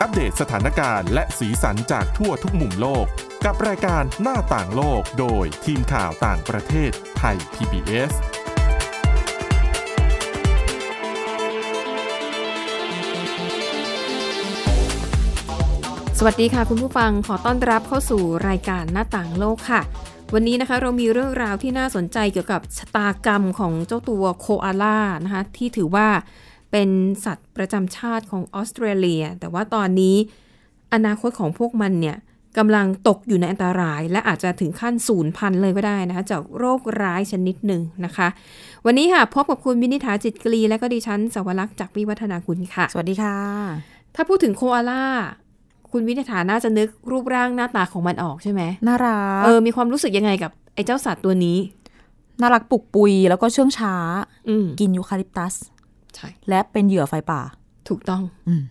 อัปเดตสถานการณ์และสีสันจากทั่วทุกมุมโลก กับรายการหน้าต่างโลกโดยทีมข่าวต่างประเทศไทย PBS สวัสดีค่ะ คุณผู้ฟังขอต้อนรับเข้าสู่รายการหน้าต่างโลกค่ะ วันนี้นะคะเรามีเรื่องราวที่น่าสนใจเกี่ยวกับชะตากรรมของเจ้าตัวโคอาล่านะคะที่ถือว่าเป็นสัตว์ประจำชาติของออสเตรเลีย แต่ว่าตอนนี้อนาคตของพวกมันเนี่ยกำลังตกอยู่ในอันตราย และอาจจะถึงขั้นศูนย์พันธุ์เลยก็ได้นะคะจากโรคร้ายชนิดหนึ่งนะคะ วันนี้ค่ะพบกับคุณวินิษฐาจิตกรีและก็ดิฉันสวรักษ์จากวิวัฒนาคุณค่ะ สวัสดีค่ะ ถ้าพูดถึงโคอาล่า คุณวินิฐาน่าจะนึกรูปร่างหน้าตาของมันออกใช่ไหม น่ารัก เออ มีความรู้สึกยังไงกับไอ้เจ้าสัตว์ตัวนี้ น่ารักปลุกปุย แล้วก็เชื่องช้า อืม กินยูคาลิปตัส ใช่ และเป็นเหยื่อไฟป่า ถูกต้อง อืม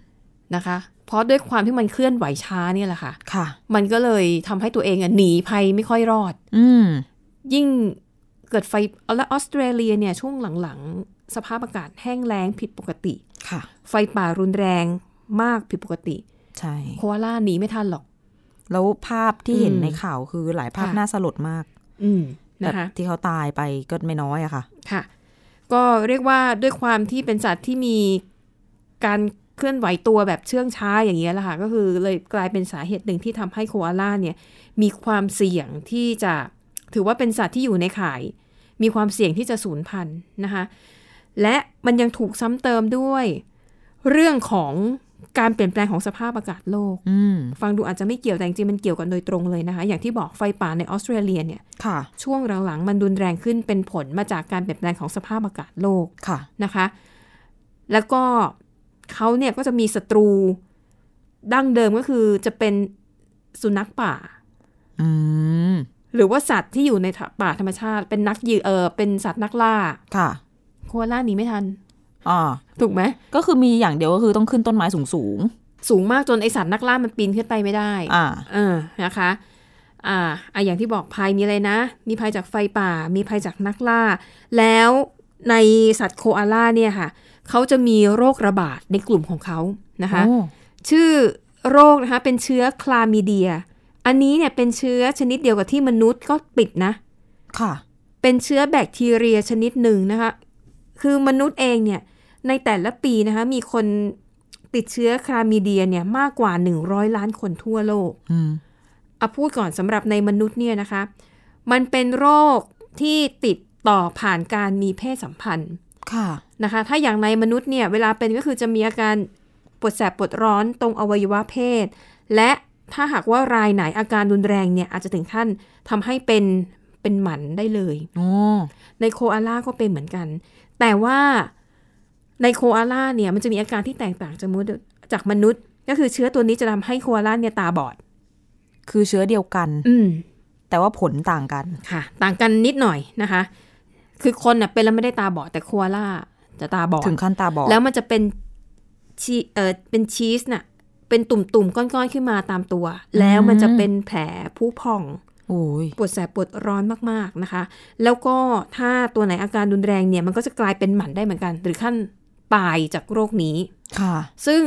นะคะ เพราะด้วยความที่มันเคลื่อนไหวช้าเนี่ยแหละค่ะ ค่ะ มันก็เลยทำให้ตัวเองอะหนีภัยไม่ค่อยรอด อืม ยิ่งเกิดไฟและออสเตรเลียเนี่ยช่วงหลังๆ สภาพอากาศแห้งแล้งผิดปกติ ค่ะ ไฟป่ารุนแรงมากผิดปกติ ใช่ โคอาล่าหนีไม่ทันหรอก แล้วภาพที่เห็น อืม ในข่าวคือหลายภาพ ค่ะ น่าสลดมาก อืม แบบ นะคะ ที่เขาตายไปก็ไม่น้อยอะค่ะ ค่ะ ก็เรียกว่าด้วยความที่เป็นสัตว์ที่มีการเคลื่อนไหวตัวแบบเชื่องช้าอย่างเงี้ยแหละค่ะ ก็คือเลยกลายเป็นสาเหตุหนึ่งที่ทำให้โคอาล่าเนี่ย มีความเสี่ยงที่จะถือว่าเป็นสัตว์ที่อยู่ในข่าย มีความเสี่ยงที่จะสูญพันธุ์นะคะ และมันยังถูกซ้ำเติมด้วย เรื่องของการเปลี่ยนแปลงของสภาพอากาศโลก อืม ฟังดูอาจจะไม่เกี่ยวแต่จริงๆมันเกี่ยวกันโดยตรงเลยนะคะ อย่างที่บอกไฟป่าในออสเตรเลียเนี่ย ค่ะ ช่วงหลังๆ มันรุนแรงขึ้นเป็นผลมาจากการเปลี่ยนแปลงของสภาพอากาศโลก ค่ะ นะคะ แล้วก็เขาเนี่ยก็จะมีศัตรูดั้งเดิมก็คือจะเป็นสุนัขป่า อืม หรือว่าสัตว์ที่อยู่ในป่าธรรมชาติ เป็นนักเหยือเออเป็นสัตว์นักล่า ค่ะ โคอาล่าหนีไม่ทัน อ่า ถูกไหม ก็คือมีอย่างเดียวก็คือต้องขึ้นต้นไม้สูงสูง สูงมากจนไอสัตว์นักล่ามันปีนขึ้นไปไม่ได้ ๆอ่า เออนะคะ อ่าอ่ะอย่างที่บอกภัยมีอะไรนะ มีภัยจากไฟป่า มีภัยจากนักล่า แล้วในสัตว์โคอาล่าเนี่ยค่ะ เขาจะมีโรคระบาดในกลุ่มของเขานะคะ โอ้ ชื่อโรคนะคะเป็นเชื้อคลามิเดีย อันนี้เนี่ยเป็นเชื้อชนิดเดียวกับที่มนุษย์ก็ติดนะ ค่ะ เป็นเชื้อแบคทีเรียชนิดหนึ่งนะคะ คือมนุษย์เองเนี่ยในแต่ละปีนะคะมีคนติดเชื้อคลามิเดียเนี่ยมากกว่า 100 ล้านคนทั่วโลก อืม อะพูดก่อนสำหรับในมนุษย์เนี่ยนะคะ มันเป็นโรคที่ติดต่อผ่านการมีเพศสัมพันธ์ ค่ะ นะคะ ถ้าอย่างในมนุษย์เนี่ยเวลาเป็นก็คือจะมีอาการปวดแสบปวดร้อนตรงอวัยวะเพศ และถ้าหากว่ารายไหนอาการรุนแรงเนี่ยอาจจะถึงขั้นทำให้เป็นเป็นหมันได้เลย โอ้ ในโคอาล่าก็เป็นเหมือนกัน แต่ว่าในโคอาล่าเนี่ยมันจะมีอาการที่แตกต่างจากมนุษย์จากมนุษย์ ก็คือเชื้อตัวนี้จะทำให้โคอาล่าเนี่ยตาบอด คือเชื้อเดียวกัน อืม แต่ว่าผลต่างกัน ค่ะต่างกันนิดหน่อยนะคะ คือคนน่ะเป็นแล้วไม่ได้ตาบอดแต่โคอาล่าจะตาบอด ถึงขั้นตาบอด แล้วมันจะเป็นชีเออเป็นชีสน่ะเป็นตุ่มๆ ก้อนๆ ขึ้นมาตามตัว แล้วมันจะเป็นแผลผู้พอง โอ้ย ปวดแสบปวดร้อนมากๆนะคะ แล้วก็ถ้าตัวไหนอาการรุนแรงเนี่ย มันก็จะกลายเป็นหมันได้เหมือนกัน หรือขั้นตายจากโรคนี้ ค่ะ ซึ่ง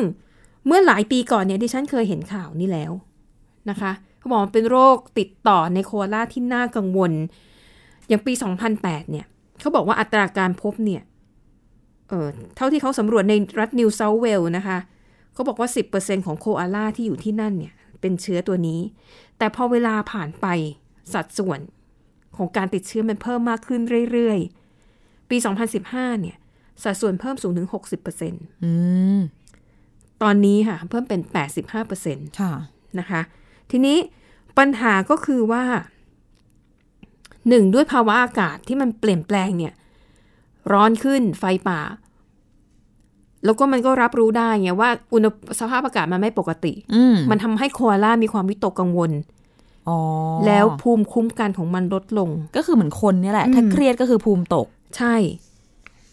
เมื่อหลายปีก่อนเนี่ยดิฉันเคยเห็นข่าวนี้แล้วนะคะเขาบอกมันเป็นโรคติดต่อในโคอาล่าที่น่ากังวล อย่างปี 2008 เนี่ยเขาบอกว่าอัตราการพบเนี่ยเออเท่าที่เขาสำรวจในรัฐนิวเซาเวลนะคะเขาบอกว่า 10%ของโคอาล่าที่อยู่ที่นั่นเนี่ยเป็นเชื้อตัวนี้ แต่พอเวลาผ่านไปสัดส่วนของการติดเชื้อมันเพิ่มมากขึ้นเรื่อยๆ ปี 2015 เนี่ยสัดส่วนเพิ่มสูงถึง 60% อืม ตอนนี้ค่ะเพิ่มเป็น 85%น ค่ะ ะคะ ทีนี้ปัญหาก็คือว่าหนึ่งด้วยภาวะอากาศที่มันเปลี่ยนแปลงเนี่ย ร้อนขึ้นไฟป่า แล้วก็มันก็รับรู้ได้ไงว่าอุณหสภาพอากาศมันไม่ปกติ อืม มันทำให้โคอาล่ามีความวิตกกังวล อ๋อ แล้วภูมิคุ้มกันของมันลดลง ก็คือเหมือนคนเนี่ยแหละ อืม ถ้าเครียดก็คือภูมิตก ใช่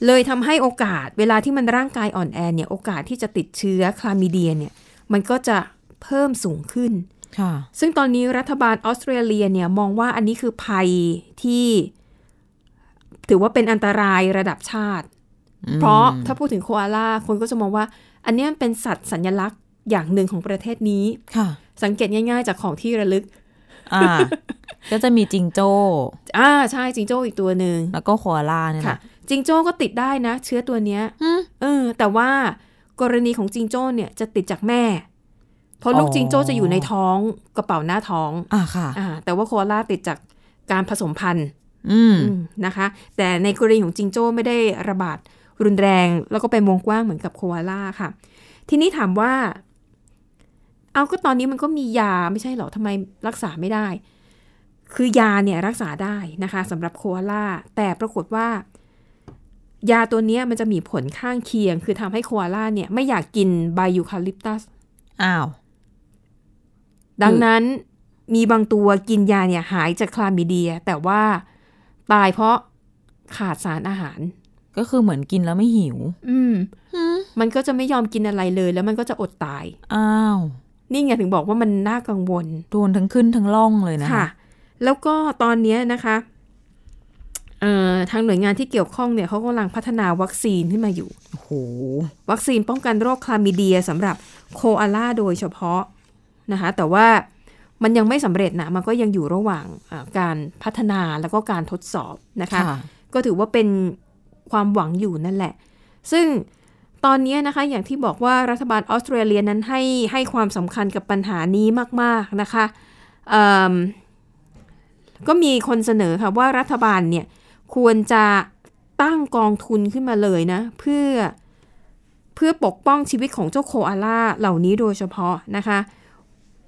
เลยทำให้โอกาส เวลาที่มันร่างกายอ่อนแอเนี่ยโอกาสที่จะติดเชื้อคลามิเดียเนี่ย มันก็จะเพิ่มสูงขึ้น ค่ะ ซึ่งตอนนี้รัฐบาลออสเตรเลียเนี่ยมองว่าอันนี้คือภัยที่ ถือว่าเป็นอันตรายระดับชาติ เพราะถ้าพูดถึงโคอาล่าคนก็จะมองว่า อันเนี้ยมันเป็นสัตว์สัญลักษณ์ อย่างหนึ่งของประเทศนี้ ค่ะ สังเกตง่าย ๆ จากของที่ระลึก อ่า ก็จะมีจิงโจ้ อ่าใช่จิงโจ้อีกตัวหนึ่ง แล้วก็โคอาลาเนี่ยแห ค่ะ ละ จิงโจ้ก็ติดได้นะ เชื้อตัวเนี้ย อืม เออ แต่ว่ากรณีของจิงโจ้เนี่ยจะติดจากแม่ เพราะลูก อ๋อ จิงโจ้จะอยู่ในท้องกระเป๋าหน้าท้อง อ่าค่ะ อ่าแต่ว่าโคอาล่าติดจากการผสมพันธุ์ อืม อืมนะคะ แต่ในกรณีของจิงโจ้ไม่ได้ระบาดรุนแรง แล้วก็เป็นวงกว้างเหมือนกับโคอาล่าค่ะ ทีนี้ถามว่า เอาก็ตอนนี้มันก็มียาไม่ใช่เหรอทำไมรักษาไม่ได้ คือยาเนี่ยรักษาได้นะคะสำหรับโคอาล่าแต่ปรากฏว่า ยาตัวเนี้ยมันจะมีผลข้างเคียง คือทำให้โคอาล่าเนี่ยไม่อยากกินใบยูคาลิปตัส อ้าว ดังนั้นมีบางตัวกินยาเนี่ยหายจากคลามิเดีย แต่ว่าตายเพราะขาดสารอาหาร ก็คือเหมือนกินแล้วไม่หิว อืม อืม มันก็จะไม่ยอมกินอะไรเลย แล้วมันก็จะอดตาย อ้าว นี่ไงถึงบอกว่ามันน่ากังวล โดนทั้งขึ้นทั้งล่องเลยนะ ค่ะ แล้วก็ตอนเนี้ยนะคะเอ่อทางหน่วยงานที่เกี่ยวข้องเนี่ยเขากำลังพัฒนาวัคซีนขึ้นมาอยู่ โอ้โห วัคซีนป้องกันโรคคลามิเดียสำหรับโคอาล่าโดยเฉพาะนะคะ แต่ว่ามันยังไม่สำเร็จนะ มันก็ยังอยู่ระหว่างเอ่อการพัฒนาแล้วก็การทดสอบนะคะ ค่ะ ก็ถือว่าเป็นความหวังอยู่นั่นแหละ ซึ่งตอนนี้นะคะอย่างที่บอกว่ารัฐบาลออสเตรเลียนั้นให้ให้ความสำคัญกับปัญหานี้มาก ๆ นะคะเอิ่มก็มีคนเสนอค่ะว่ารัฐบาลเนี่ยควรจะตั้งกองทุนขึ้นมาเลยนะ เพื่อเพื่อปกป้องชีวิตของเจ้าโคอาล่าเหล่านี้โดยเฉพาะนะคะ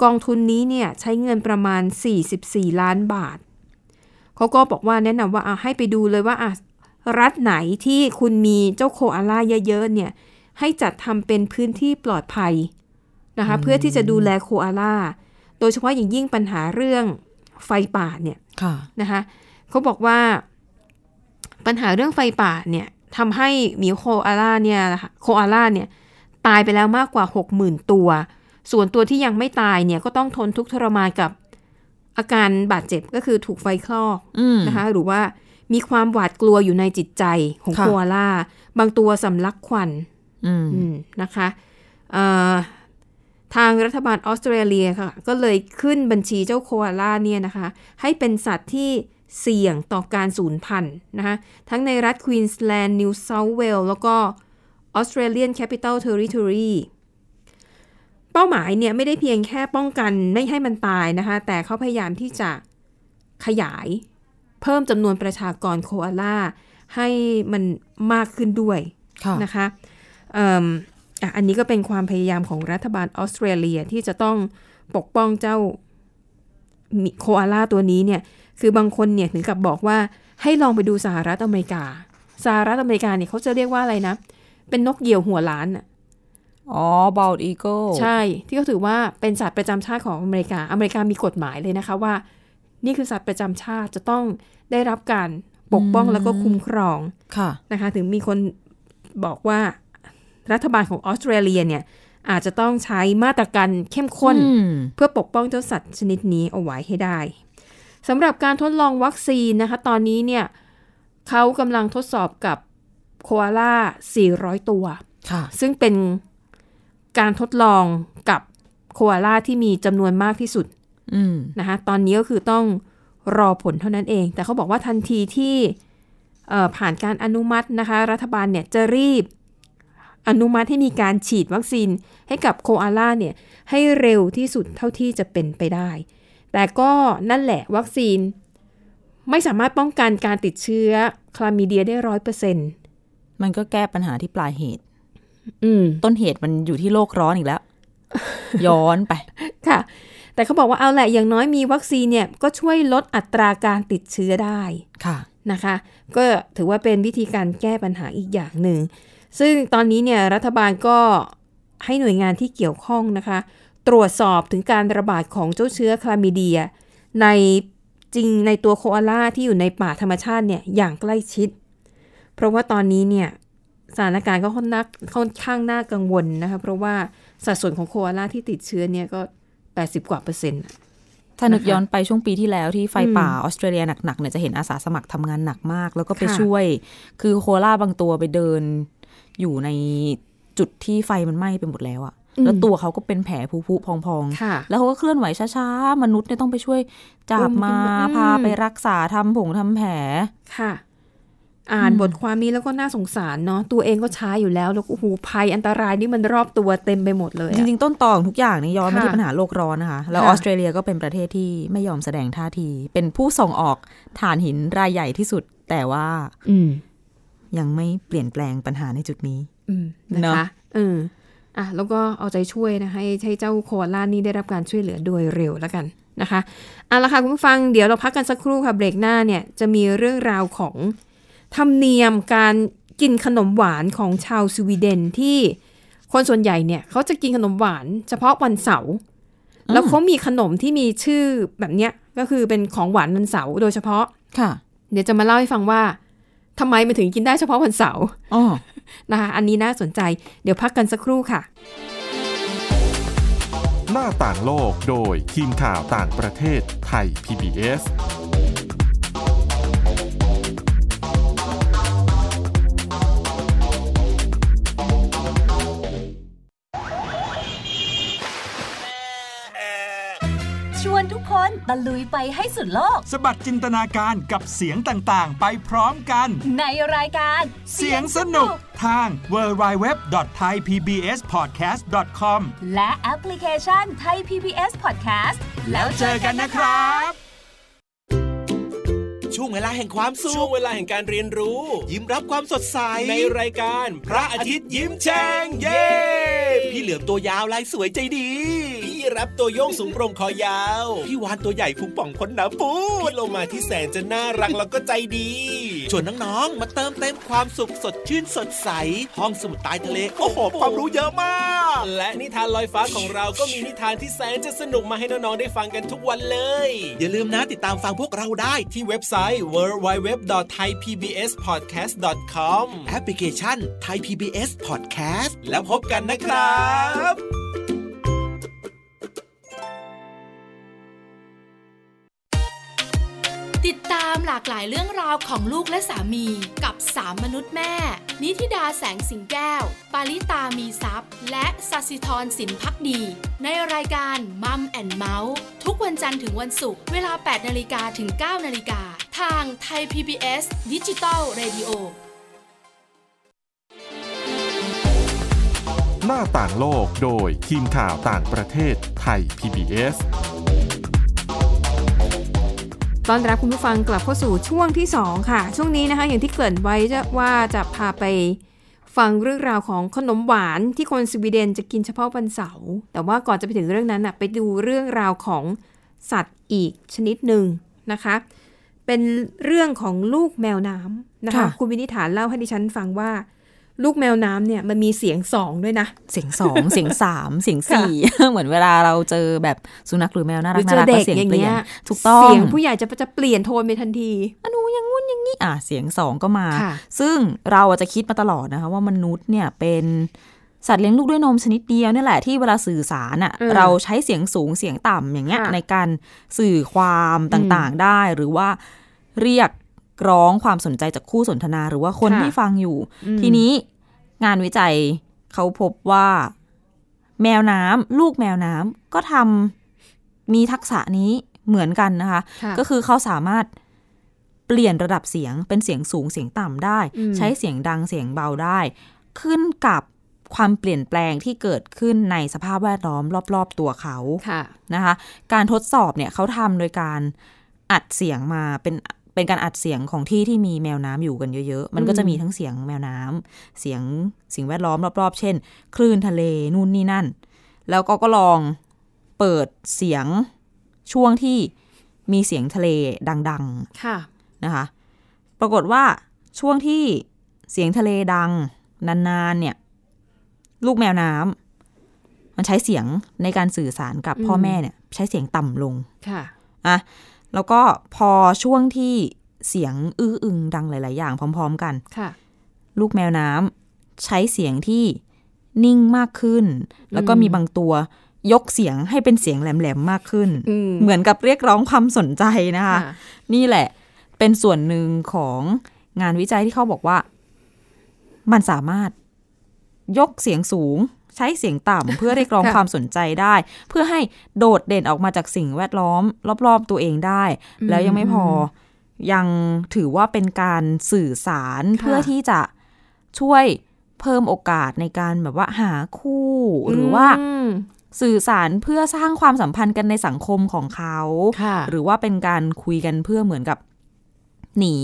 กองทุนนี้เนี่ยใช้เงินประมาณ 44 ล้านบาท เขาก็บอกว่าแนะนำว่าอ่ะให้ไปดูเลยว่าอ่ะรัฐไหนที่คุณมีเจ้าโคอาล่าเยอะๆเนี่ย ให้จัดทำเป็นพื้นที่ปลอดภัยนะคะ เพื่อที่จะดูแลโคอาล่าโดยเฉพาะอย่างยิ่งปัญหาเรื่องไฟป่าเนี่ย ค่ะ นะคะเขาบอกว่าปัญหาเรื่องไฟป่าเนี่ยทำให้หมีโคอาล่าเนี่ยนะคะโคอาล่าเนี่ยตายไปแล้วมากกว่า 60,000 ตัว ส่วนตัวที่ยังไม่ตายเนี่ยก็ต้องทนทุกข์ทรมานกับอาการบาดเจ็บก็คือถูกไฟคลอก อืม นะคะหรือว่ามีความหวาดกลัวอยู่ในจิตใจของ ค่ะ โคอาล่า บางตัวสำลักควัน อืม อืมนะคะเอ่อทางรัฐบาลออสเตรเลียค่ะ ก็เลยขึ้นบัญชีเจ้าโคอาล่าเนี่ยนะคะ ให้เป็นสัตว์ที่เสี่ยงต่อการสูญพันธุ์นะคะทั้งในรัฐควีนส์แลนด์นิวเซาท์เวลแล้วก็ออสเตรเลียนแคปิต l ลเทอริทอรีเป้าหมายเนี่ยไม่ได้เพียงแค่ป้องกันไม่ให้มันตายนะคะ แต่เขาพยายามที่จะขยาย เพิ่มจำนวนประชากรโคอาล่าให้มันมากขึ้นด้วย ค่ะ นะคะเอิ่มอ่ะอันนี้ก็เป็นความพยายามของรัฐบาลออสเตรเลียที่จะต้องปกป้องเจ้ามิโคอาล่าตัวนี้เนี่ย คือบางคนเนี่ยถึงกับบอกว่าให้ลองไปดูสหรัฐอเมริกา สหรัฐอเมริกาเนี่ยเขาจะเรียกว่าอะไรนะ เป็นนกเหยี่ยวหัวล้านอ่ะ อ๋อ บอลอีโก้ ใช่ ที่เขาถือว่าเป็นสัตว์ประจำชาติของอเมริกา อเมริกามีกฎหมายเลยนะคะว่า นี่คือสัตว์ประจำชาติจะต้องได้รับการปกป้อง อืม แล้วก็คุ้มครอง ค่ะ นะคะ ถึงมีคนบอกว่ารัฐบาลของออสเตรเลียเนี่ยอาจจะต้องใช้มาตรการเข้มข้น อืม เพื่อปกป้องเจ้าสัตว์ชนิดนี้เอาไว้ให้ได้สำหรับการทดลองวัคซีนนะคะ ตอนนี้เนี่ยเขากำลังทดสอบกับโคอาล่า 400 ตัว ค่ะ ซึ่งเป็นการทดลองกับโคอาล่าที่มีจำนวนมากที่สุด อืม นะคะตอนนี้ก็คือต้องรอผลเท่านั้นเอง แต่เขาบอกว่าทันทีที่เอ่อผ่านการอนุมัตินะคะ รัฐบาลเนี่ยจะรีบอนุมัติให้มีการฉีดวัคซีนให้กับโคอาล่าเนี่ยให้เร็วที่สุดเท่าที่จะเป็นไปได้ แต่ก็นั่นแหละวัคซีนไม่สามารถป้องกันการติดเชื้อคลามีเดียได้ร้อยเปอร์เซ็นต์ มันก็แก้ปัญหาที่ปลายเหตุ อืม ต้นเหตุมันอยู่ที่โลกร้อนอีกแล้ว ย้อนไป ค่ะ แต่เขาบอกว่าเอาแหละอย่างน้อยมีวัคซีนเนี่ยก็ช่วยลดอัตราการติดเชื้อได้ ค่ะ นะคะ ก็ถือว่าเป็นวิธีการแก้ปัญหาอีกอย่างหนึ่ง ซึ่งตอนนี้เนี่ยรัฐบาลก็ให้หน่วยงานที่เกี่ยวข้องนะคะ ตรวจสอบถึงการระบาดของเจ้าเชื้อคลามิเดีย ในจริงในตัวโคอาล่าที่อยู่ในป่าธรรมชาติเนี่ยอย่างใกล้ชิด เพราะว่าตอนนี้เนี่ยสถานการณ์ก็ค่อนนักค่อนข้างน่ากังวลนะคะ เพราะว่าสัดส่วนของโคอาล่าที่ติดเชื้อเนี่ยก็ 80 กว่าเปอร์เซ็นต์อะ ถ้านึก นะคะ ย้อนไปช่วงปีที่แล้วที่ไฟ อืม ป่าออสเตรเลียหนักๆเนี่ยจะเห็นอาสาสมัครทำงานหนักมาก แล้วก็ไป ค่ะ ช่วย คือโคอาล่าบางตัวไปเดินอยู่ใน จุดที่ไฟมันไหม้ไปหมดแล้วอะ อืม แล้วตัวเขาก็เป็นแผลผุๆพองๆ ค่ะ แล้วเขาก็เคลื่อนไหวช้าๆ มนุษย์เนี่ยต้องไปช่วยจั อุ้ บ มขึ้น มา มาอืม พาไปรักษาทำผงทำแผล ค่ะ อ่าน อืม บทความนี้แล้วก็น่าสงสารเนาะตัวเองก็ช้าอยู่แล้ว แล้วก็โอ้โหภัยอันตรายนี่มันรอบตัวเต็มไปหมดเลย จ อะ ริงๆ ต้นตอของทุกอย่างเนี่ยย้อนมา ค่ะ ที่ปัญหาโลกร้อนนะคะ แล้ว ค่ะ ออสเตรเลียก็เป็นประเทศที่ไม่ยอมแสดงท่าที เป็นผู้ส่งออกถ่านหินรายใหญ่ที่สุด แต่ว่า อืม ยังไม่เปลี่ยนแปลงปัญหาในจุดนี้ อืมนะ เนอะ คะเอออ่ะแล้วก็เอาใจช่วยนะให้ให้เจ้าโคอาล่านี่ได้รับการช่วยเหลือโดยเร็วแล้วกันนะคะเอาละค่ะคุณผู้ฟังเดี๋ยวเราพักกันสักครู่ค่ะเบรกหน้าเนี่ยจะมีเรื่องราวของธรรมเนียมการกินขนมหวานของชาวสวีเดนที่คนส่วนใหญ่เนี่ยเขาจะกินขนมหวานเฉพาะวันเสาร์แล้วเขามีขนมที่มีชื่อแบบเนี้ยก็คือเป็นของหวานวันเสาร์โดยเฉพาะ ค่ะ เดี๋ยวจะมาเล่าให้ฟังว่าทำไมมันถึงกินได้เฉพาะวันเสาร์ อ๋อ นะคะอันนี้น่าสนใจเดี๋ยวพักกันสักครู่ค่ะ หน้าต่างโลกโดยทีมข่าวต่างประเทศไทย PBS ชวนทุกคนตะลุยไปให้สุดโลก สะบัดจินตนาการกับเสียงต่าง ๆ ไปพร้อมกัน ในรายการ เสียงสนุกทาง www.thaipbspodcast.com และแอปพลิเคชันไทย PBS Podcast แล้วเจอกันนะครับ ช่วงเวลาแห่งความสุ ช่วง ข เวลาแห่งการเรียนรู้ ยิ้มรับความสดใส ในรายการพระอาทิตย์ยิ้มแฉ่งเย้ พี่เหลือมตัวยาวลายสวยใจดี พี่รับตัวโยงสูงโปร่งคอยาว พี่วานตัวใหญ่พุงป่องพ้นหน้ำปู พี่โลมาที่แสนจะน่ารักแล้วก็ใจดี ชวนน้องๆ มาเติมเต็มความสุขสดชื่นสดใส ห้องสมุดใต้ทะเล โอ้โห ความรู้เยอะมาก และนิทานลอยฟ้าของเราก็มีนิทานที่แสนจะสนุกมาให้น้องๆได้ฟังกันทุกวันเลย อย่าลืมนะติดตามฟังพวกเราได้ ที่เว็บไซต์ www.thaipbspodcast.com แอปพลิเคชันไทย PBS Podcast แล้วพบกันนะครับ ติดตามหลากหลายเรื่องราวของลูกและสามีกับสามมนุษย์แม่ นิธิดาแสงสิงแก้ว ปาริตามีซัพย์ และสัสิธรสินพักดี ในรายการมัมแอนเมาส์ทุกวันจันทร์ถึงวันศุกร์เวลา 8นาฬิกาถึง 9นาฬิกาทางไทย PBS ดิจิตอล Radio หน้าต่างโลกโดยทีมข่าวต่างประเทศไทย PBS ตอนรับคุณผู้ฟังกลับเข้าสู่ช่วงที่ 2 ค่ะ ช่วงนี้นะคะ อย่างที่เกริ่นไว้จะว่าจะพาไปฟังเรื่องราวของขนมหวานที่คนสวีเดนจะกินเฉพาะวันเสาร์แต่ว่าก่อนจะไปถึงเรื่องนั้นน่ะไปดูเรื่องราวของสัตว์อีกชนิดหนึ่งนะคะ เป็นเรื่องของลูกแมวน้ำนะคะ ค่ะ คุณวินิษฐานเล่าให้ดิฉันฟังว่า ลูกแมวน้ำเนี่ยมันมีเสียงสองด้วยนะ เสียงสอง เสียงสามเสียงสี่ เหมือนเวลาเราเจอแบบสุนัขหรือแมวน่า ห รั รื ก อเจอน่ารัก เด็ ก็ ก เสียง อย่าง เปลี่ย เงี้ น ย ถูกต้อง เสียงผู้ใหญ่จะจะเปลี่ยนโทนไปทันที อนูอย่างงู้นอย่างนี้อ่ะเสียงสองก็มา ค่ะ ซึ่งเราอาจจะคิดมาตลอดนะคะว่ามนุษย์เนี่ยเป็นสัตว์เลี้ยงลูกด้วยนมชนิดเดียวเนี่ยแหละที่เวลาสื่อสารอ่ะ เออ เราใช้เสียงสูงเสียงต่ำอย่างเงี้ย ค่ะ ในการสื่อความต่างๆได้หรือว่าเรียกร้องความสนใจจากคู่สนทนา หรือว่าคน ค่ะ ที่ฟังอยู่ อืม ทีนี้งานวิจัยเขาพบว่าแมวน้ำลูกแมวน้ำก็ทำมีทักษะนี้เหมือนกันนะคะ ก็คือเขาสามารถเปลี่ยนระดับเสียงเป็นเสียงสูงเสียงต่ำได้ อืม ใช้เสียงดังเสียงเบาได้ ขึ้นกับความเปลี่ยนแปลงที่เกิดขึ้นในสภาพแวดล้อมรอบ ๆ ตัวเขา ค่ะ นะคะ การทดสอบเนี่ยเขาทำโดยการอัดเสียงมาเป็นเป็นการอัดเสียงของที่ที่มีแมวน้ำอยู่กันเยอะๆ มันก็จะมีทั้งเสียงแมวน้ำเสียงสิ่งแวดล้อมรอบๆ เช่น คลื่นทะเลนู่นนี่นั่น แล้วก็ก็ลองเปิดเสียงช่วงที่มีเสียงทะเลดัง ค่ะ ๆนะคะ ปรากฏว่าช่วงที่เสียงทะเลดัง นานๆเนี่ย ลูกแมวน้ำมันใช้เสียงในการสื่อสารกับ อืม พ่อแม่เนี่ย ใช้เสียงต่ำลง ค่ะ อะแล้วก็พอช่วงที่เสียงอื้ออึงดังหลาย ๆ อย่างพร้อม ๆ กัน ค่ะ ลูกแมวน้ำใช้เสียงที่นิ่งมากขึ้น แล้วก็มีบางตัวยกเสียงให้เป็นเสียงแหลมๆมากขึ้น อืม เหมือนกับเรียกร้องความสนใจนะคะ ค่ะ นี่แหละเป็นส่วนหนึ่งของงานวิจัยที่เขาบอกว่า มันสามารถ ยกเสียงสูง ใช้เสียงต่ำ เพื่อเรียกร้องความสนใจได้ เพื่อให้โดดเด่นออกมาจากสิ่งแวดล้อม รอบๆตัวเองได้ แล้วยังไม่พอยังถือว่าเป็นการสื่อสาร ค่ะ เพื่อที่จะช่วยเพิ่มโอกาสในการแบบว่าหาคู่ หรือว่า อืม สื่อสารเพื่อสร้างความสัมพันธ์กันในสังคมของเขา ค่ะ หรือว่าเป็นการคุยกันเพื่อเหมือนกับหนี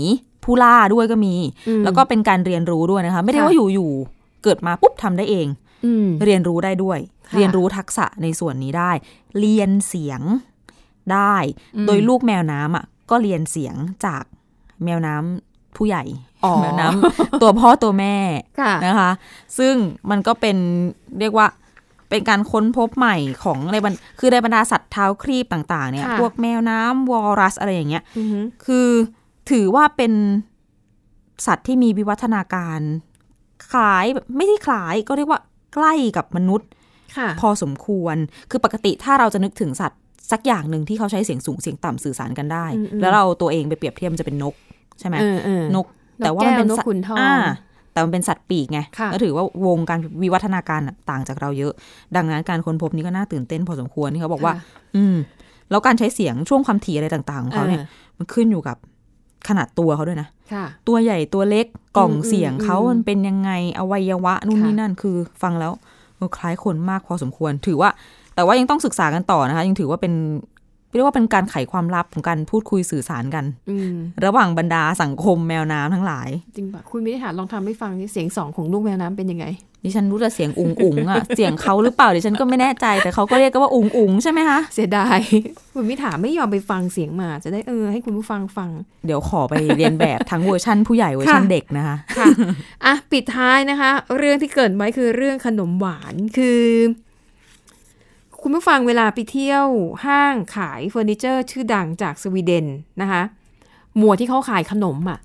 ผู้ล่าด้วยก็มี อืม แล้วก็เป็นการเรียนรู้ด้วยนะคะ ไม่ได้ ค่ะ ว่าอยู่ๆเกิดมาปุ๊บทำได้เอง อืม เรียนรู้ได้ด้วย ค่ะ เรียนรู้ทักษะในส่วนนี้ได้ เรียนเสียงได้ อืม โดยลูกแมวน้ำอ่ะก็เรียนเสียงจากแมวน้ำผู้ใหญ่ อ๋อ แมวน้ำ ตัวพ่อตัวแม่ ค่ะ นะคะ ซึ่งมันก็เป็นเรียกว่าเป็นการค้นพบใหม่ของในบรรคือในบรรดาสัตว์เท้าครีบต่างๆเนี่ย ค่ะ พวกแมวน้ำวอลรัสอะไรอย่างเงี้ย อือหือ คือถือว่าเป็นสัตว์ที่มีวิวัฒนาการคล้ายแบบไม่ใช่คล้ายก็เรียกว่าใกล้กับมนุษย์ ค่ะ พอสมควร คือปกติถ้าเราจะนึกถึงสัตว์สักอย่างหนึ่งที่เขาใช้เสียงสูงเสียงต่ำสื่อสารกันได้ อืมอืม แล้วเราตัวเองไปเปรียบเทียบมันจะเป็นนกใช่ไหม เออเออ นก แต่ว่ามันเป็นสันกตแก้วนก ว์ ขุนทอง าแต่มันเป็นสัตว์ปีกไง ค่ะ ก็ถือว่าวงการวิวัฒนาการน่ะต่างจากเราเยอะ ดังนั้นการค้นพบนี้ก็น่าตื่นเต้นพอสมควรที่เขาบอกว่า อืมแล้วการใช้เสียงช่วงความถี่อะไรต่างๆของ ค่ะ เขาเนี่ย มันขึ้นอยู่กับขนาดตัวเขาด้วยนะ ค่ะ ตัวใหญ่ตัวเล็กกล่องเสียงเขา อืม มันเป็นยังไงอวัยวะนู่น ค่ะ นี่นั่นคือฟังแล้วเออคล้ายคนมากพอสมควร ถือว่า แต่ว่ายังต้องศึกษากันต่อนะคะ ยังถือว่าเป็นเรียกว่าเป็นการไขความลับของการพูดคุยสื่อสารกัน อืม ระหว่างบรรดาสังคมแมวน้ำทั้งหลาย จริงปะคุณมินิหารลองทำให้ฟังนี่เสียงสองของลูกแมวน้ำเป็นยังไง ดิฉันรู้แต่เสียงอุ๋งอุ๋งๆอะ เสียงเขาหรือเปล่าดิฉันก็ไม่แน่ใจแต่เขาก็เรียกกันว่าอุ๋งอุ๋งๆใช่ไหมคะ เสียดาย คุณมิถาไม่ยอมไปฟังเสียงหมา จะได้เออให้คุณผู้ฟังฟัง เดี๋ยวขอไปเรียนแบบทั้งเวอร์ชั่นผู้ใหญ่เวอร์ชัน ค่ะ เด็กนะคะ ค่ะ อ่ะ ปิดท้ายนะคะ เรื่องที่เกริดไว้คือเรื่องขนมหวานคือ คุณผู้ฟังเวลาไปเที่ยวห้างขายเฟอร์นิเจอร์ ชื่อดังจากสวีเดนนะคะ หมวดที่เขาขายขนมอ่ะ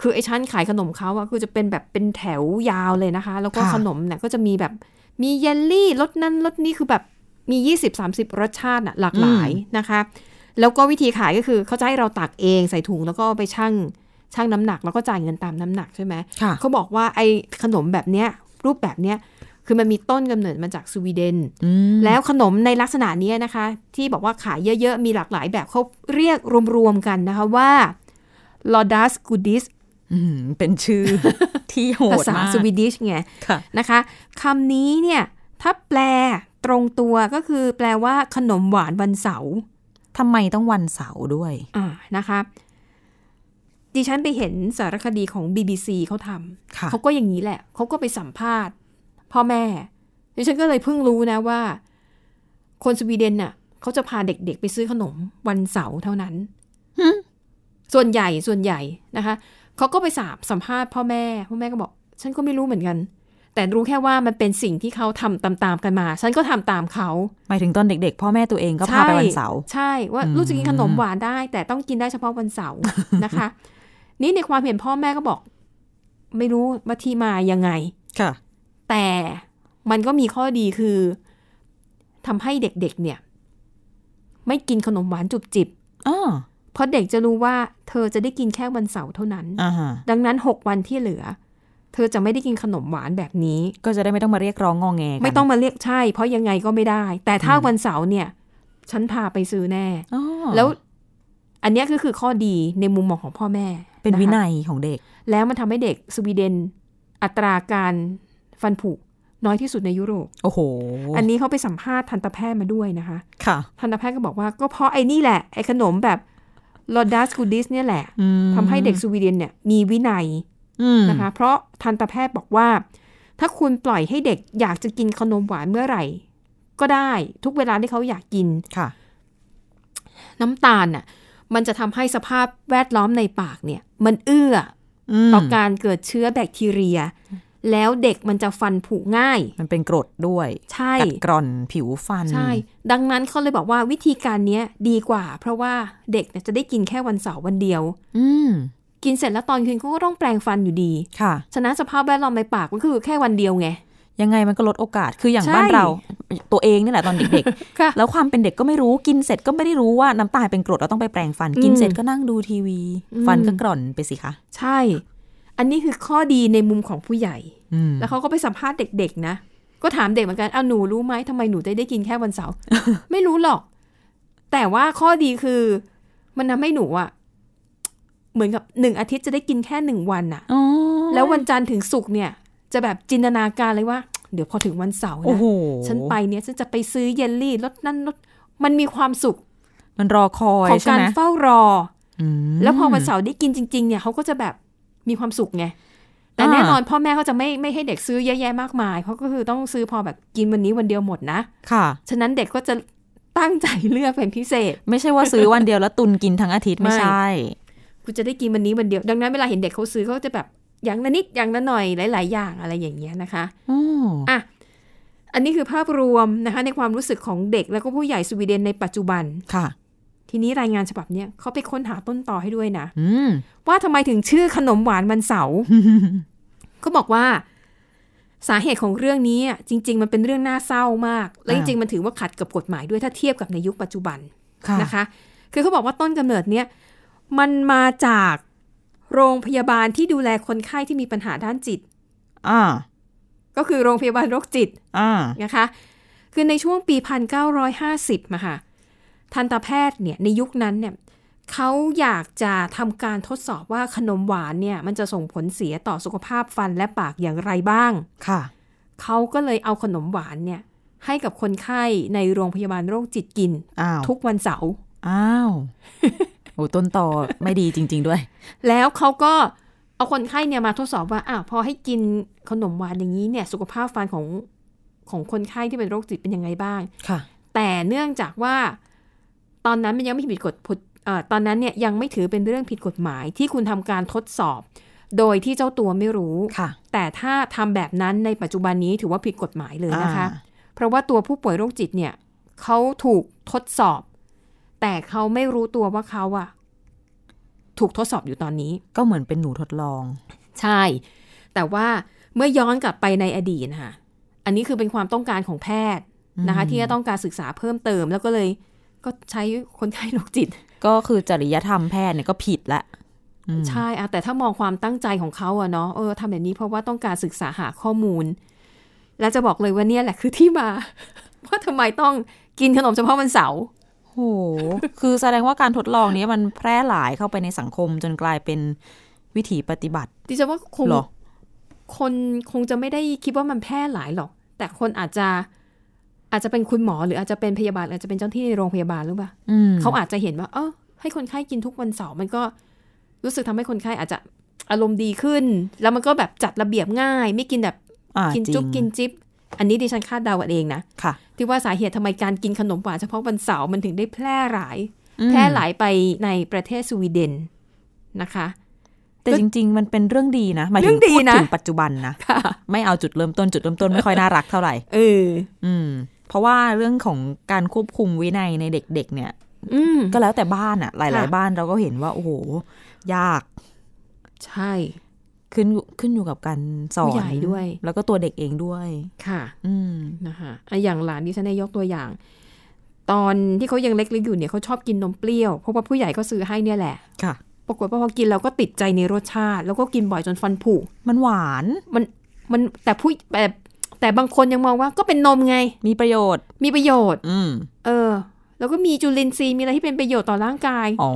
คือไอ้ชั้นขายขนมเขาอ่ะคือจะเป็นแบบเป็นแถวยาวเลยนะคะ แล้วก็ ค่ะ ขนมเนี่ยก็จะมีแบบมีเยลลี่รสนั้นรสนี้คือแบบมี 20-30 รสชาติน่ะหลากหลายนะคะ แล้วก็วิธีขายก็คือเขาจะให้เราตักเองใส่ถุงแล้วก็เอาไปชั่งชั่งน้ำหนักแล้วก็จ่ายเงินตามน้ำหนักใช่ไหม ค่ะ เขาบอกว่าไอ้ขนมแบบเนี้ยรูปแบบเนี้ยคือมันมีต้นกำเนิดมาจากสวีเดน อืม แล้วขนมในลักษณะเนี้ยนะคะ ที่บอกว่าขายเยอะๆ มีหลากหลายแบบเขาเรียกรวมๆกันนะคะว่า Lordas g o o d i s อืมเป็นชื่อ ที่โห ภาษามดาก สวีดิชไง ค่ะ นะคะคำนี้เนี่ยถ้าแปลตรงตัวก็คือแปลว่าขนมหวานวันเสาร์ ทำไมต้องวันเสาร์ด้วย อ่านะคะดิฉันไปเห็นสารคดีของ BBC เขาท ค่ะ ำเขาก็อย่างนี้แหละ เขาก็ไปสัมภาษณ์ พ่อแม่ ดิฉันก็เลยเพิ่งรู้นะว่า คนสวีเดนน่ะเขาจะพาเด็กๆไปซื้อขนมวันเสาร์เท่านั้น หึ ส่วนใหญ่ส่วนใหญ่นะคะเขาก็ไปสามสัมภาษณ์พ่อแม่ พ่อแม่ก็บอก ฉันก็ไม่รู้เหมือนกัน แต่รู้แค่ว่ามันเป็นสิ่งที่เขาทำตามๆกันมา ฉันก็ทำตามเขา หมายถึงตอนเด็กๆ พ่อแม่ตัวเองก็พาไปวันเสาร์ ใช่ ว่า อืม ลูกจะกินขนมหวานได้ แต่ต้องกินได้เฉพาะวันเสาร์ นะคะ นี่ในความเห็นพ่อแม่ก็บอก ไม่รู้ว่าที่มายังไง ค่ะ แต่มันก็มีข้อดีคือทำให้เด็กๆเนี่ย ไม่กินขนมหวานจุบจิบ อ้อ เพราะเด็กจะรู้ว่า เธอจะได้กินแค่วันเสาร์เท่านั้น อ่าฮะ ดังนั้นหกวันที่เหลือ เธอจะไม่ได้กินขนมหวานแบบนี้ ก็จะได้ไม่ต้องมาเรียกร้องงองแงกัน ไม่ต้องมาเรียกใช่ เพราะยังไงก็ไม่ได้ แต่ถ้าวันเสาร์เนี่ย ฉันพาไปซื้อแน่ อ้อ แล้วอันเนี้ยก็คือข้อดีในมุมมองของพ่อแม่ เป็นวิ ะคะ นัยของเด็ก แล้วมันทำให้เด็กสวีเดนอัตราการฟันผุน้อยที่สุดในยุโรป โอ้โห อันนี้เขาไปสัมภาษณ์ทันตแพทย์มาด้วยนะคะ ค่ะ ทันตแพทย์ก็บอกว่าก็เพราะไอ้นี่แหละ ไอ้ขนมแบบลอดัสกูดิสเนี่ยแหละ อืม ทำให้เด็กสวีเดนเนี่ยมีวินัย อืม นะคะ เพราะทันตแพทย์บอกว่า ถ้าคุณปล่อยให้เด็กอยากจะกินขนมหวานเมื่อไหร่ ก็ได้ทุกเวลาที่เขาอยากกิน ค่ะ น้ำตาลน่ะมันจะทำให้สภาพแวดล้อมในปากเนี่ย มันเอื้อ อื อ ม ต่อการเกิดเชื้อแบคทีเรีย แล้วเด็กมันจะฟันผุง่าย มันเป็นกรดด้วย ใช่ กัดกร่อนผิวฟัน ใช่ ดังนั้นเขาเลยบอกว่าวิธีการเนี้ยดีกว่า เพราะว่าเด็กเนี่ยจะได้กินแค่วันเสาร์วันเดียว อืม กินเสร็จแล้วตอนคืนเขาก็ต้องแปลงฟันอยู่ดี ค่ะ ฉะนั้นสภาพแวดล้อมในปากก็คือแค่วันเดียวไง ยังไงมันก็ลดโอกาส คืออย่าง ใช่ บ้านเรา ตัวเองนี่แหละตอนเด็ก ค่ะ ๆ แล้วความเป็นเด็กก็ไม่รู้ กินเสร็จก็ไม่ได้รู้ว่าน้ำตาลเป็นกรดเราต้องไปแปรงฟัน กินเสร็จก็นั่งดูทีวี อืม ฟันก็กร่อนไปสิคะ ใช่ อั อันนี้คือข้อดีในมุมของผู้ใหญ่ อืม แล้วเขาก็ไปสัมภาษณ์เด็ก ๆ นะ ก็ถามเด็กเหมือนกันอ้าวหนูรู้ไหมทำไมหนูได้ได้กินแค่วันเสาร์ ไม่รู้หรอก แต่ว่าข้อดีคือ มันทำให้หนูอะเหมือนกับหนึ่งอาทิตย์จะได้กินแค่หนึ่งวันอะ อ๋อ แล้ววันจันทร์ถึงศุกร์เนี่ย จะแบบจินตนาการเลยว่า เดี๋ยวพอถึงวันเสาร์ โอ้ นะ โห ฉันไปเนี่ยฉันจะไปซื้อเยลลี่รสนั่นรสมันมีความสุข มันรอคอย ของ ใช่ การ ไหม เฝ้ารอ อืม แล้วพอวันเสาร์ได้กินจริง ๆ เนี่ยเขาก็จะแบบมีความสุขไง แต่ อ่า แน่นอนพ่อแม่เขาจะไม่ไม่ให้เด็กซื้อเยอะแยะมากมายเขาก็คือต้องซื้อพอแบบกินวันนี้วันเดียวหมดนะ ค่ะ ฉะนั้นเด็กก็จะตั้งใจเลือกเป็นพิเศษ ไม่ใช่ว่าซื้อวันเดียวแล้วตุนกินทั้งอาทิตย์ไม่ ไม่ ใช่ กูจะได้กินวันนี้วันเดียว ดังนั้นเวลาเห็นเด็กเขาซื้อเขาก็จะแบบอย่างละนิดอย่างละหน่อยหลาย ๆ อย่างอะไรอย่างเงี้ยนะคะ อ๋อ อ่ะ อันนี้คือภาพรวมนะคะในความรู้สึกของเด็กแล้วก็ผู้ใหญ่สวีเดนในปัจจุบัน ค่ะ ทีนี้รายงานฉบับเนี้ยเขาไปค้นหาต้นต่อให้ด้วยนะ อืม ว่าทำไมถึงชื่อขนมหวานวันเสาร์ ก็บอกว่า สาเหตุของเรื่องนี้อ่ะจริง ๆ มันเป็นเรื่องน่าเศร้ามาก และจ อ้าว ริง ๆ มันถือว่าขัดกับกฎหมายด้วยถ้าเทียบกับในยุคปัจจุบัน ค่ะ นะคะ คือเขาบอกว่าต้นกำเนิดเนี่ยมันมาจากโรงพยาบาลที่ดูแลคนไข้ที่มีปัญหาด้านจิต อ่า ก็คือโรงพยาบาลโรคจิต อ่า นะคะ คือในช่วงปี 1950มาค่ะ ทันตแพทย์เนี่ยในยุคนั้นเนี่ยเขาอยากจะทำการทดสอบว่าขนมหวานเนี่ยมันจะส่งผลเสียต่อสุขภาพฟันและปากอย่างไรบ้าง ค่ะ เขาก็เลยเอาขนมหวานเนี่ยให้กับคนไข้ในโรงพยาบาลโรคจิตกิน อ้าว ทุกวันเสาร์ อ้าวโอ้ต้นต่อไม่ดีจริง ๆด้วย แล้วเขาก็เอาคนไข้เนี่ยมาทดสอบว่าอ้าวพอให้กินขนมหวานอย่างนี้เนี่ยสุขภาพฟันของของคนไข้ที่เป็นโรคจิตเป็นยังไงบ้าง ค่ะ แต่เนื่องจากว่าตอนนั้นมันยังไม่ผิดกฎผิดเอ่อตอนนั้นเนี่ยยังไม่ถือเป็นเรื่องผิดกฎหมายที่คุณทำการทดสอบ โดยที่เจ้าตัวไม่รู้ ค่ะ แต่ถ้าทำแบบนั้นในปัจจุบันนี้ถือว่าผิดกฎหมายเลยนะคะ อ่า เพราะว่าตัวผู้ป่วยโรคจิตเนี่ยเขาถูกทดสอบ แต่เขาไม่รู้ตัวว่าเขาอะถูกทดสอบอยู่ตอนนี้ ก็เหมือนเป็นหนูทดลอง ใช่ แต่ว่าเมื่อย้อนกลับไปในอดีตนะคะอันนี้คือเป็นความต้องการของแพทย์นะคะ ที่จะต้องการศึกษาเพิ่มเติม แล้วก็เลยก็ใช้คนไข้โรคจิต ก็คือจริยธรรมแพทย์เนี่ยก็ผิดละ อืม ใช่อะแต่ถ้ามองความตั้งใจของเขาอะเนาะเออทำแบบนี้เพราะว่าต้องการศึกษาหาข้อมูล และจะบอกเลยว่าเนี่ยแหละคือที่มา ว่าทำไมต้องกินขนมเฉพาะวันเสาร์ โห คือแสดงว่าการทดลองนี้มันแพร่หลายเข้าไปในสังคมจนกลายเป็นวิถีปฏิบัติ ดิฉันว่าคง หรอ คนคงจะไม่ได้คิดว่ามันแพร่หลายหรอก แต่คนอาจจะอาจจะเป็นคุณหมอหรืออาจจะเป็นพยาบาลหรืออาจจะเป็นเจ้าหน้าที่ในโรงพยาบาลหรือเปล่า อืม เขาอาจจะเห็นว่า เออให้คนไข้กินทุกวันเสาร์มันก็รู้สึกทำให้คนไข้อาจจะอารมณ์ดีขึ้น แล้วมันก็แบบจัดระเบียบง่าย ไม่กินแบบ อ่า กินจุ๊บกินจิ๊บอันนี้ดิฉันคาดเดาเองนะ ค่ะ ที่ว่าสาเหตุทำไมการกินขนมหวานเฉพาะวันเสาร์มันถึงได้แพร่หลาย อืม แพร่หลายไปในประเทศสวีเดนนะคะ แต่จริง ๆ มันเป็นเรื่องดีนะหมาย เรื่ ถึ องงดี พูด นะ ถึงปัจจุบันนะ ค่ะ ไม่เอาจุดเริ่มต้นจุดเริ่มต้นไม่ค่อยน่ารักเท่าไหร่ เออ อืม เพราะว่าเรื่องของการควบคุมวินัยในเด็ก ๆ เนี่ย อืม ก็แล้วแต่บ้านอะหลาย ค่ะ ๆ บ้านเราก็เห็นว่า โอ้โห ยาก ใช่ ขึ้นอยู่ขึ้นอยู่กับการสอน ผู้ใหญ่ด้วย แล้วก็ตัวเด็กเองด้วย ค่ะ อืม นะคะอ่ะอย่างหลานดิฉันได้ยกตัวอย่าง ตอนที่เขายังเล็กๆอยู่เนี่ยเขาชอบกินนมเปรี้ยวเพราะว่าผู้ใหญ่ก็ซื้อให้เนี่ยแหละ ค่ะ ปรากฏว่าพอกินเราก็ติดใจในรสชาติ แล้วก็กินบ่อยจนฟันผุ มันหวาน มันมันแต่ผู้แต่แต่บางคนยังมองว่าก็เป็นนมไง มีประโยชน์ มีประโยชน์ อืม เออ แล้วก็มีจุลินทรีย์มีอะไรที่เป็นประโยชน์ต่อร่างกาย อ๋อ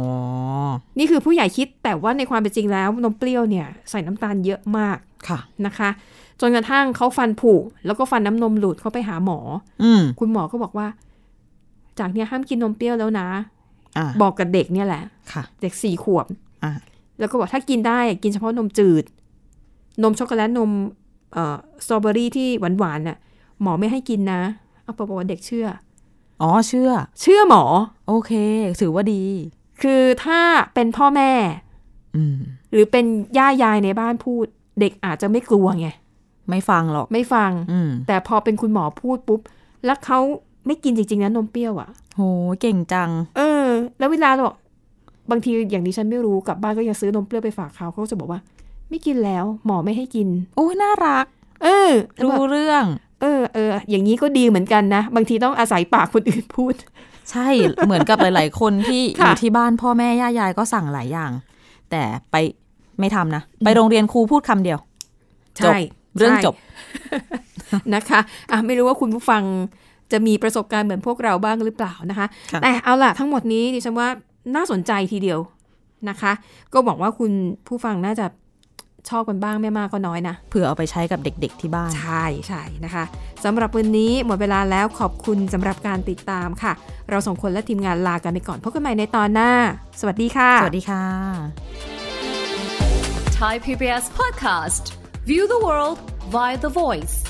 นี่คือผู้ใหญ่คิดแต่ว่าในความเป็นจริงแล้วนมเปรี้ยวเนี่ยใส่น้ำตาลเยอะมาก ค่ะ นะคะ จนกระทั่งเขาฟันผุแล้วก็ฟันน้ำนมหลุดเขาไปหาหมอ อืม คุณหมอก็บอกว่า จากเนี้ยห้ามกินนมเปรี้ยวแล้วนะ อ่า บอกกับเด็กเนี่ยแหละ ค่ะ เด็กสี่ขวบ อ่า แล้วก็บอกถ้ากินได้กินเฉพาะนมจืด นมช็อกโกแลตนมเอ่อสตรอเบอรี่ที่หวานๆน่ะ หมอไม่ให้กินนะเอาปบอกว่าเด็กเชื่อ อ๋อ เชื่อ เชื่อหมอ โอเค ถือว่าดี คือถ้าเป็นพ่อแม่ อืม หรือเป็นย่ายายในบ้านพูด เด็กอาจจะไม่กลัวไง ไม่ฟังหรอก ไม่ฟัง อืม แต่พอเป็นคุณหมอพูดปุ๊บ แล้วเขาไม่กินจริงๆนะนมเปรี้ยวอ่ะ โห เก่งจัง เออ แล้วเวลาเราบอกบางทีอย่างนี้ฉันไม่รู้กลับบ้านก็ยังซื้อนมเปรี้ยวไปฝากเขาเขาก็จะบอกว่า ไม่กินแล้ว หมอไม่ให้กิน โอ้ยน่ารัก เออแล้วแบบรู้เรื่อง เออเอออย่างนี้ก็ดีเหมือนกันนะ บางทีต้องอาศัยปากคนอื่นพู ด ใช่ เหมือนกับหลาย ๆ คนที่อยู่ ค่ะ ที่บ้านพ่อแม่ย่ายายก็สั่งหลายอย่าง แต่ไป ไม่ทำนะ ไปโรงเรียนครูพูดคำเดียว จบ ใช่ เรื่อง ใช่ จบ นะคะอ่ ะไม่รู้ว่าคุณผู้ฟังจะมีประสบการณ์เหมือนพวกเราบ้างหรือเปล่านะคะ ค่ะ แต่เอาล่ะทั้งหมดนี้ดิฉันว่าน่าสนใจทีเดียวนะคะ ก็บอกว่าคุณผู้ฟังน่าจะชอบกันบ้างไม่มากก็น้อยนะ เผื่อเอาไปใช้กับเด็กๆที่บ้าน ใช่ใช่นะคะสำหรับวันนี้หมดเวลาแล้วขอบคุณสำหรับการติดตามค่ะ เราสองคนและทีมงานลากันไปก่อนพบกันใหม่ในตอนหน้า สวัสดีค่ะ สวัสดีค่ะ Thai PBS podcast. View the world via the voice.